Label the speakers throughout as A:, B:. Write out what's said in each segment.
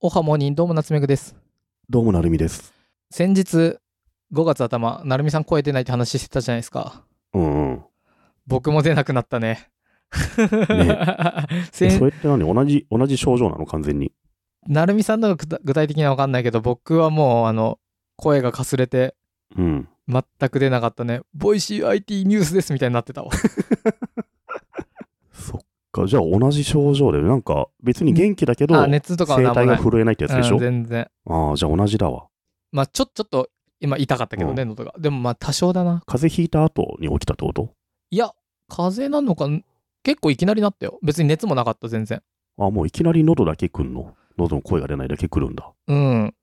A: おはモーニンどうも夏目くです
B: どうもなるみです。
A: 先日5月頭なるみさん声出ないって話してたじゃないですか
B: うんうん。
A: 僕も出なくなったね
B: え
A: 先
B: それって何同じ、同じ症状なの完全に。
A: なるみさんのが具体具体的には分かんないけど僕はもうあの声がかすれて
B: うん。
A: 全く出なかったねボイシー IT ニュースですみたいになってたわ
B: そっか。じゃあ同じ症状で、なんか別に元気だけど、
A: あ
B: 声
A: 熱とかはなんも
B: 帯
A: な
B: が
A: い、
B: 震えないってやつでし
A: う
B: ょ
A: ん、全然
B: ああ、じゃあ同じだわ。
A: まあちょちょっと今痛かったけどね、喉がでもまあ多少だな
B: 風邪ひいた後に起きたってこと
A: いや風邪なのか結構いきなりなったよ別に熱もなかった全然
B: ああ、もういきなり喉だけくんの。喉の声が出ないだけくるんだ。
A: うん。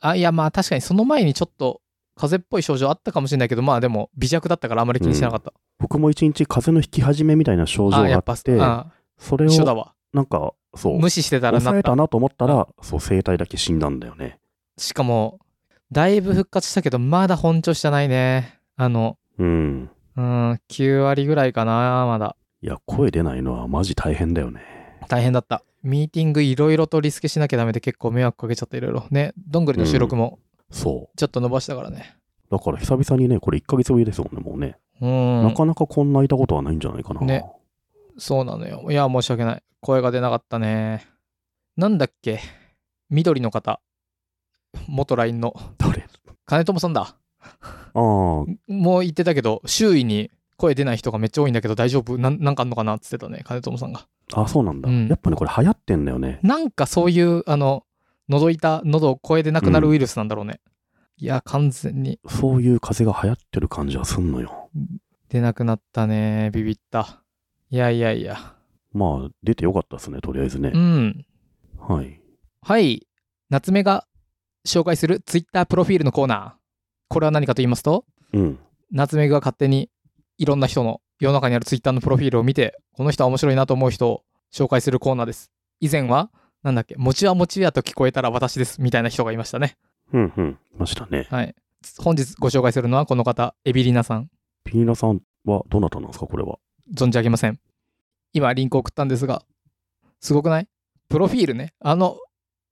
A: あ、いや、まあ確かにその前にちょっと風邪っぽい症状あったかもしれないけど、まあでも微弱だったからあまり気にしなかった。
B: 僕も一日風邪の引き始めみたいな症状
A: あ、や
B: が
A: っ
B: あ
A: ぱ
B: って、
A: あ
B: それ
A: 一緒だ
B: を、
A: わ。
B: なんか、そう、
A: 無視してたら
B: 抑
A: なっ
B: えた
A: た。
B: なと思ったら、そう、声帯だけ死んだんだよね。
A: しかも、だいぶ復活したけど、まだ本調子じゃないね。あの、
B: うん。
A: うん、9割ぐらいかな、まだ。
B: いや、声出ないのはマジ大変だよね。
A: 大変だった。ミーティングいろいろとリスケしなきゃダメで結構迷惑かけちゃったいろいろ。ね、どんぐりの収録も
B: そう。
A: ちょっと伸ばしたからね。
B: だから久々にね、これ1ヶ月ぶりですもんね、もうね。
A: うん。
B: なかなかこんないたことはないんじゃないかな。
A: ねそうなのよ。いや、申し訳ない。声が出なかったね。なんだっけ緑の方。元 LINE の。
B: 誰
A: 金友さんだ。
B: ああ、
A: もう言ってたけど、周囲に声出ない人がめっちゃ多いんだけど大丈夫なんなんかあんのかなって言ってたね、金友さんが。
B: あそうなんだ、
A: うん
B: やっぱね、これ流行ってんだよね。
A: なんかそういう、あの、喉いた、喉を声でなくなるウイルスなんだろうね。いや、完全に
B: そういう風が流行ってる感じはすんのよ。
A: 出なくなったね。ビビった。いやいやいや。
B: まあ、出てよかったですね、とりあえずね
A: う。ん。
B: はい。
A: はい。夏目が紹介する Twitter プロフィールのコーナー。これは何かと言いますと、
B: うん。
A: 夏目が勝手にいろんな人の世の中にある Twitter のプロフィールを見て、この人は面白いなと思う人を紹介するコーナーです。以前は、なんだっけ、餅は餅やと聞こえたら私ですみたいな人がいましたね。
B: うんうん。ましたね。
A: はい。本日ご紹介するのはこの方、エビリナさん。
B: ピーナさんはどなたなんですか、これは。
A: 存じ上げません。今、リンク送ったんですが、すごくないプロフィールね。あの、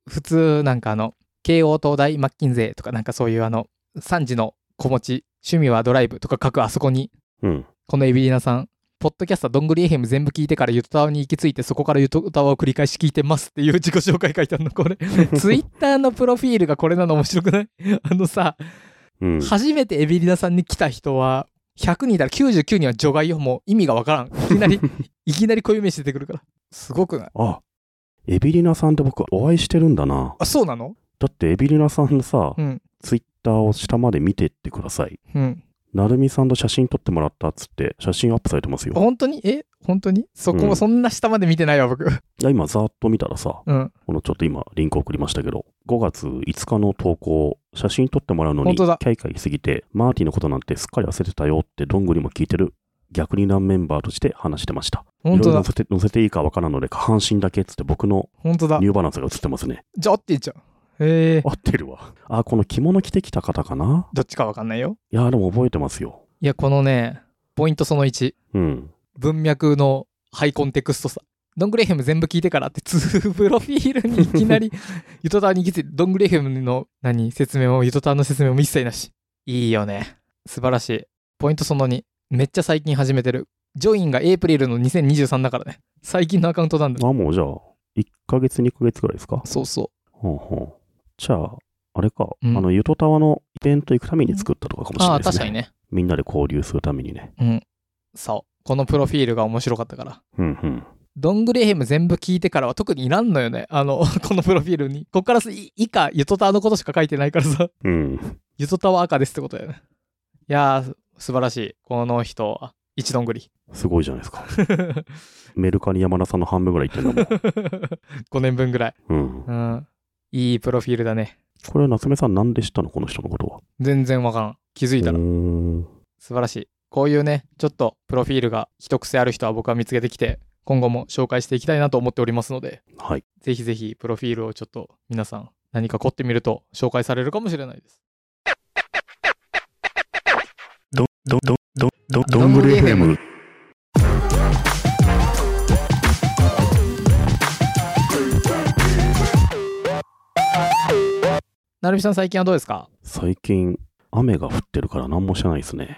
A: 普通、なんかあの、慶応東大マッキンゼーとか、なんかそういうあの、3時の子持ち、趣味はドライブとか書くあそこに、
B: うん。
A: このエビリナさん、ポッドキャスターどんぐりエヘム全部聞いてからゆとたわに行き着いて、そこからゆとたわを繰り返し聞いてますっていう自己紹介書いてあるの、こ れ。ツイッターのプロフィールがこれなの面白くないあのさ、
B: うん。
A: 初めてエビリナさんに来た人は100人いたら99人は除外よもう意味がわからんいき なりいきなりこういう飯出てくるからすごくない
B: あ、エビリナさんって僕、お会いしてるんだな。
A: あそうなの
B: だって、エビリナさんのさ、
A: うん
B: ツイッターを下まで見てってください。
A: うん
B: なるみさんと写真撮ってもらったっつって、写真アップされてますよ。
A: 本当にえ本当にそこ
B: う
A: も
B: ん
A: そんな下まで見てないわ僕
B: いや、今、ざーっと見たらさ、
A: うん
B: このちょっと今、リンク送りましたけど、5月5日の投稿、写真撮ってもらうの
A: 本
B: に、キ
A: 当だ
B: ャイキャイしすぎて、マーティのことなんてすっかり忘れてたよって、どんぐりも聞いてる、逆にンメンバーとして話してました。
A: 本
B: い
A: 当
B: ろいろ
A: だ
B: 載せて載せていいかわからんので、下半身だけっつって、僕の
A: 本当だ
B: ニューバランスが映ってますね。
A: じゃあ合っていいじゃんへえ
B: 合ってるわ。あ、この着物着てきた方かな
A: どっちかわかんないよ
B: いや、でも覚えてますよ。
A: いやこのねポイントその1
B: うん。
A: 文脈のハイコンテクストさ。ドングレヘム全部聞いてからって、2プロフィールにいきなり、ユトタワに来て、ドングレヘムの何説明も、ユトタワの説明も一切なし。いいよね。素晴らしい。ポイントその2。めっちゃ最近始めてる。ジョインがエイプリルの2023だからね。最近のアカウントなんだ。
B: あ、もうじゃあ、1ヶ月、2ヶ月ぐらいですか
A: そうそ
B: ほうほう。じゃあ、あれか、
A: うん
B: あの、ゆとたわのイベント行くために作ったとかかも
A: う。
B: しれ
A: あ
B: ない
A: あ、
B: ですね。
A: 確かにね。
B: みんなで交流するためにね。
A: うん。そう。このプロフィールが面白かったから。
B: うんうん。
A: ドングレヘム全部聞いてからは特にいらんのよね。あの、 このプロフィールに。こっからすい以下、ユトタワのことしか書いてないからさ。
B: うん。
A: ゆとたわ赤ですってことだよね。いやー、素晴らしい。この人は、一どんぐり。
B: すごいじゃないですか。メルカリ山田さんの半分ぐらい行ってんだ
A: 5年分ぐらい。
B: もん。うん。
A: うん。いいプロフィールだね。
B: これ、夏目さんなんで知ったのこの人のことは。
A: 全然わからん。気づいたら
B: う。ーん
A: 素晴らしい。こういうね、ちょっとプロフィールが一癖ある人は僕は見つけてきて、今後も紹介していきたいなと思っておりますので、
B: はい。
A: ぜひぜひプロフィールをちょっと皆さん何か凝ってみると紹介されるかもしれないです。
B: ど、ど、ど、ど、ど、
A: どんぐり FM。なるみさん最近はどうですか
B: 最近、雨が降ってるから何もしてないですね。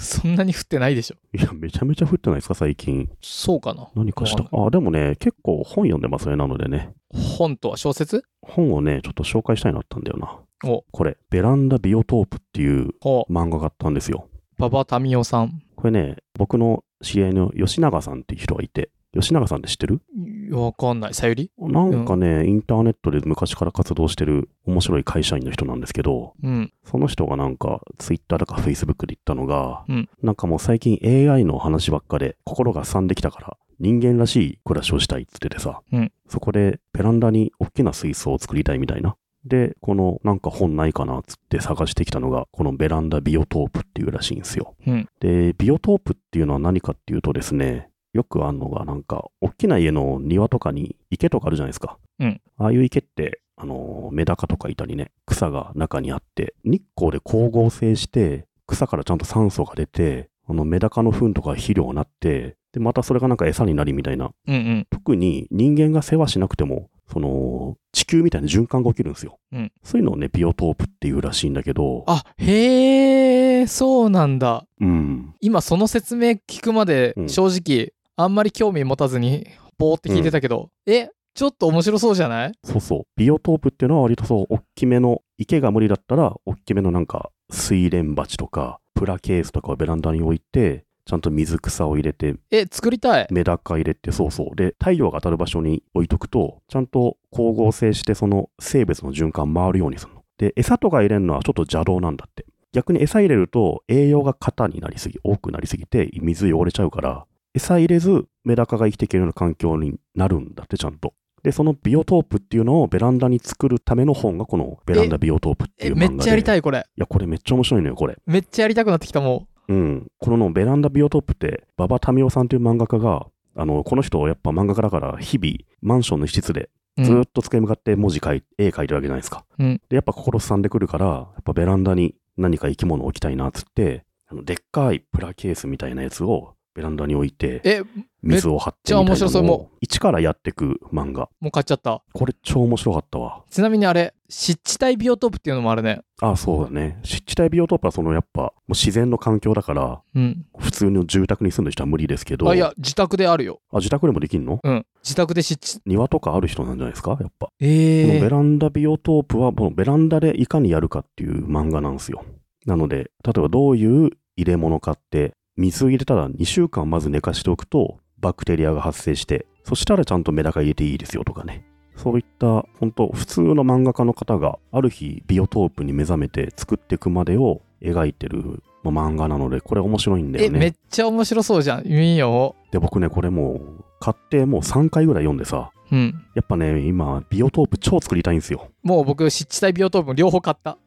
A: そんなに降ってないでしょ。
B: いや、めちゃめちゃ降ってないですか、最近。
A: そうかな。
B: 何かした
A: わか
B: あ、でもね、結構本読んでますね。なのでね、
A: 本とは小説
B: 本をね、ちょっと紹介したいなったんだよな。
A: お
B: これ、ベランダビオトープっていう
A: ほう。
B: 漫画があったんですよ。
A: 馬場民夫さん。
B: これね、僕の知り合いの吉永さんっていう人がいて、吉永さんって知ってる
A: いやわかんない。さゆり
B: なんかね、インターネットで昔から活動してる面白い会社員の人なんですけど、
A: うん。
B: その人がなんか、ツイッターとかフェイスブックで言ったのが、
A: うん
B: なんかもう最近 AI の話ばっかで心が散んできたから、人間らしい暮らしをしたいっつっててさ、
A: うん
B: そこでベランダに大きな水槽を作りたいみたいな。で、このなんか本ないかなっつって探してきたのが、このベランダビオトープっていうらしいんですよ。
A: うん
B: で、ビオトープっていうのは何かっていうとですね、よくあるのがなんか、大きな家の庭とかに池とかあるじゃないですか。
A: うん
B: ああいう池って、あのーメダカとかいたりね、草が中にあって、日光で光合成して、草からちゃんと酸素が出て、あのメダカの糞とか肥料になって、で、またそれがなんか餌になりみたいな、
A: うんうん。
B: 特に人間が世話しなくても、その、地球みたいな循環が起きるんですよ。
A: うん
B: そういうのをね、ビオトープっていうらしいんだけど、
A: あ、へえ、そうなんだ。
B: うん。
A: 今その説明聞くまで
B: うん
A: 正直、あんまり興味持たずにぼーって聞いてたけど、えちょっと面白そうじゃない
B: そうそう。ビオトープっていうのは割とそう、大きめの、池が無理だったら、大きめのなんか、水蓮鉢とか、プラケースとかをベランダに置いて、ちゃんと水草を入れて、
A: え作りたい
B: メダカ入れて、そうそう。で、太陽が当たる場所に置いとくと、ちゃんと光合成して、その生物の循環回るようにするの。で、餌とか入れるのはちょっと邪道なんだって。逆に餌入れると、栄養が型になりすぎ、多くなりすぎて、水汚れちゃうから、餌入れず、メダカが生きていけるような環境になるんだって、ちゃんと。で、そのビオトープっていうのをベランダに作るための本が、このベランダビオトープって
A: え
B: いう漫画
A: め
B: で。
A: っちゃやりた
B: い。
A: いこれ
B: いや、これめっちゃ面白いのよ、これ。
A: めっちゃやりたくなってきたも
B: うん、こののベランダビオトープって、馬場民夫さんという漫画家が、あのこの人、やっぱ漫画家だから、日々、マンションの一室で、
A: う、うん
B: ずーっと机に向かって文字書い、絵描いてるわけじゃないですか。
A: うん
B: で、やっぱ心すさんでくるから、やっぱベランダに何か生き物を置きたいなっつって、あのでっかいプラケースみたいなやつをベランダに置いて、
A: え
B: 水を張ってみた
A: めっ
B: い
A: ちゃ面白
B: な
A: そう
B: の
A: も
B: を、一からやってく漫画。
A: もう買っちゃった
B: これ、超面白かったわ。
A: ちなみにあれ湿地帯ビオトープっていうのもあるね
B: あ、そうだね。湿地帯ビオトープは、そのやっぱ、もう自然の環境だから、
A: うん
B: 普通の住宅に住んでる人は無理ですけど、
A: あいや自宅であるよ
B: あ、自宅でもできんの
A: うん自宅で湿地
B: 庭とかある人なんじゃないですかやっぱ。この
A: え
B: ベ
A: ー、
B: ランダビオトープは、このベランダでいかにやるかっていう漫画なんですよ。なので、例えばどういう入れ物かって、水を入れたら2週間まず寝かしておくと、バクテリアが発生して、そしたらちゃんとメダカ入れていいですよとかね。そういった、本当普通の漫画家の方が、ある日、ビオトープに目覚めて作っていくまでを描いてる、まあ漫画なので、これ面白いんだ
A: え
B: よ
A: めっ
B: ね。
A: ちゃ面白そうじゃんいいよ
B: で、僕ね、これもう、買ってもう3回ぐらい読んでさ、
A: うん
B: やっぱね、今、ビオトープ超作りたいんですよ。
A: もう僕湿地帯ビオトープも両方買った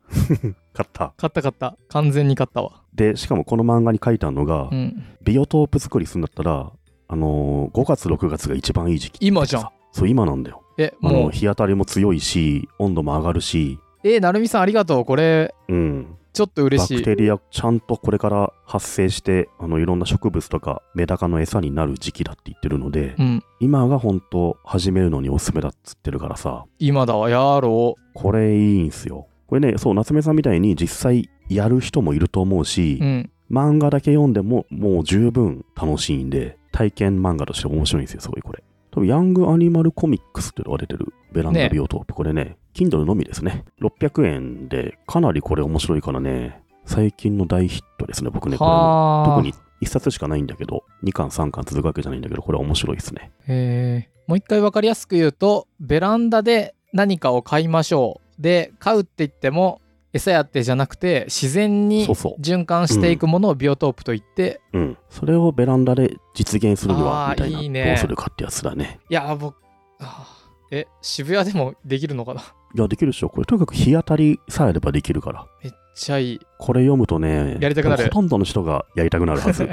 B: 買った。
A: 買った買った完全に買ったわ
B: で、しかもこの漫画に書いてあるのが、
A: うん
B: ビオトープ作りするんだったら、あのー5月、6月が一番いい時期。
A: 今じゃん
B: そう、今なんだよ。
A: え
B: あ
A: も
B: の、
A: う
B: 日当たりも強いし、温度も上がるし、
A: えなるみさんありがとうこれ
B: うん。
A: ちょっと嬉
B: バ
A: し
B: ク
A: い
B: テリア、ちゃんとこれから発生して、あの、いろんな植物とか、メダカの餌になる時期だって言ってるので、
A: うん
B: 今が本当始めるのにおすすめだっつってるからさ、
A: 今だわやろ
B: これいいんすよ。これね、そう、夏目さんみたいに実際やる人もいると思うし、
A: ううん
B: 漫画だけ読んでももう十分楽しいんで、体験漫画として面白いんですよ、すごいこれ。多分、ヤングアニマルコミックスっていうのが出てるベランダ
A: ね
B: ビオトープ。これね、Kindle のみですね。600円で、かなりこれ面白いからね、最近の大ヒットですね、僕ね。これも
A: はあ
B: 特に1冊しかないんだけど、2巻、3巻続くわけじゃないんだけど、これは面白いですね。
A: えーもう一回分かりやすく言うとベランダで何かを買いましょうで買うって言っても餌やってじゃなくて自然に
B: そうそう
A: 循環していくものをビオトープと言って、
B: うん。それをベランダで実現するに
A: あ
B: は、
A: ー
B: みたいな、
A: いいね
B: どうするかってやつだね。
A: いやー僕あーえ渋谷でもできるのかな
B: いや、できるでしょ。これ、とにかく日当たりさえあればできるから。
A: めっちゃいい
B: これ読むとね、
A: やりたくなる
B: ほとんどの人がやりたくなるは ず。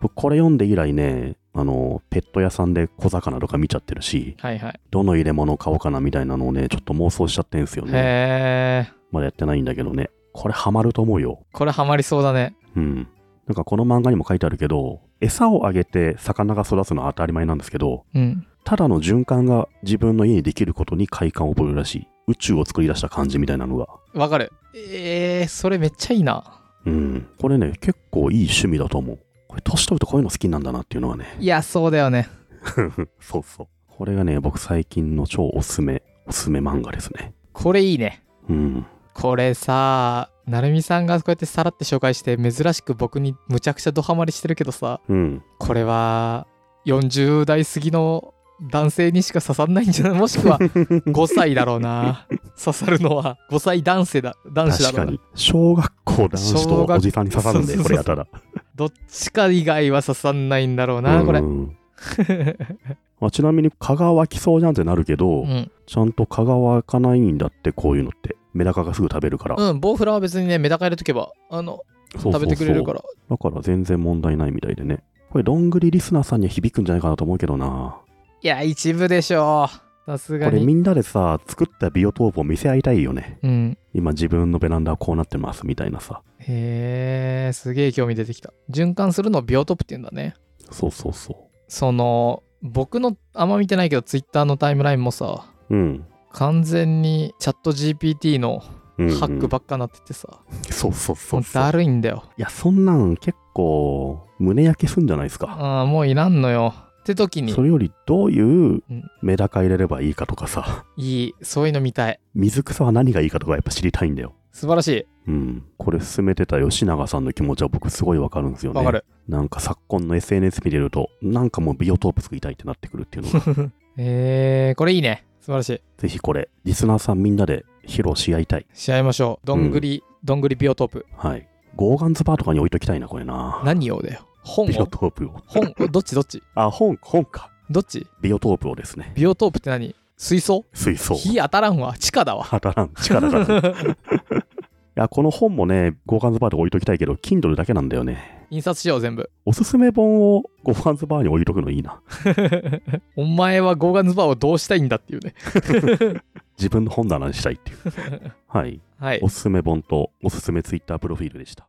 B: 僕、これ読んで以来ね、あの、ペット屋さんで小魚とか見ちゃってるし、
A: はいはい
B: どの入れ物を買おうかなみたいなのをね、ちょっと妄想しちゃってんすよね。
A: へえ
B: まだやってないんだけどね。これハマると思うよ。
A: これハマりそうだね
B: うん。なんかこの漫画にも書いてあるけど、餌をあげて魚が育つのは当たり前なんですけど、
A: うん
B: ただの循環が自分の家にできることに快感を覚えるらしい。宇宙を作り出した感じみたいなのが。
A: わかる。えー、それめっちゃいいな。
B: うん。これね、結構いい趣味だと思う。これ、年取るとこういうの好きなんだなっていうのはね。
A: いや、そうだよね。
B: そうそう。これがね、僕最近の超おすすめ、おすすめ漫画ですね。
A: これいいね。
B: うん。
A: これさ、なるみさんがこうやってさらって紹介して、珍しく僕にむちゃくちゃドハマりしてるけどさ、
B: うん。
A: これは40代過ぎの男性にしか刺さんないんじゃないもしくは5歳だろうな。刺さるのは5歳男性だ、男子だ
B: 確
A: ろ
B: か
A: うな。
B: に。小学校男子
A: 小
B: と
A: 学
B: おじさんに刺さるんで、
A: そうそうそ
B: こ
A: う
B: れやたら。
A: どっちか以外は刺さんないんだろうな、これ
B: う。んまあ、ちなみに、蚊が湧きそうじゃんってなるけど、
A: うん、
B: ちゃんと蚊が湧かないんだって、こういうのって。メダカがすぐ食べるから。
A: うん、ボウフラは別にね、メダカ入れとけば、あの、
B: そうそうそ
A: 食
B: う
A: べてくれるから。
B: だから全然問題ないみたいでね。これ、どんぐりリスナーさんには響くんじゃないかなと思うけどな。
A: いや、一部でしょう。さす
B: こ
A: が
B: れ、
A: に。
B: みんなでさ、作ったビオトープを見せ合いたいよね。
A: うん。
B: 今、自分のベランダはこうなってますみたいなさ。
A: へえ、すげえ興味出てきた。循環するのをビオトープって言うんだね。
B: そうそうそ
A: その、僕のあんま見てないけど、ツイッターのタイムラインもさ、
B: う。うん。
A: 完全にチャット GPT の
B: うんうん
A: ハックばっかなっててさ、
B: そうそうそ
A: も
B: う
A: う
B: そう。
A: だるいんだよ。
B: いや、そんなん結構、胸焼けすんじゃないですか。
A: ああ、もういらんのよ。って時に
B: そ、れより、どういう
A: うん
B: メダカ入れればいいかとかさ、
A: いい、そういうの見たい。
B: 水草は何がいいかとかやっぱ知りたいんだよ。
A: 素晴らしい。
B: うん。これ進めてた吉永さんの気持ちは僕すごいわかるんですよね。
A: わかる。
B: なんか昨今の SNS 見れると、なんかもうビオトープ作りたいってなってくるっていうの が、
A: えー、これいいね。素晴らしい。
B: ぜひこれ、リスナーさんみんなで披露し合いたい。
A: し合いましょう。どんぐり、どんぐりビオトープ。
B: はい。ゴーガンズバーとかに置いときたいな、これな。
A: 何をだよ。本
B: ビオ
A: を
B: トープを。
A: 本をどっちどっち
B: あ、本、本か。
A: どっち
B: ビオトープをですね。
A: ビオトープって何水槽
B: 水槽。
A: 火当たらんわ。地下だわ。
B: 当たらん。力が。いや、この本もね、ゴーガンズバーで置いときたいけど、Kindle だけなんだよね。
A: 印刷しよう、全部。
B: おすすめ本をゴーガンズバーに置いとくのいいな。
A: お前はゴーガンズバーをどうしたいんだっていうね。
B: 自分の本棚にしたいっていう。はい。
A: はい
B: お。すすめ本とおすすめ Twitter プロフィールでした。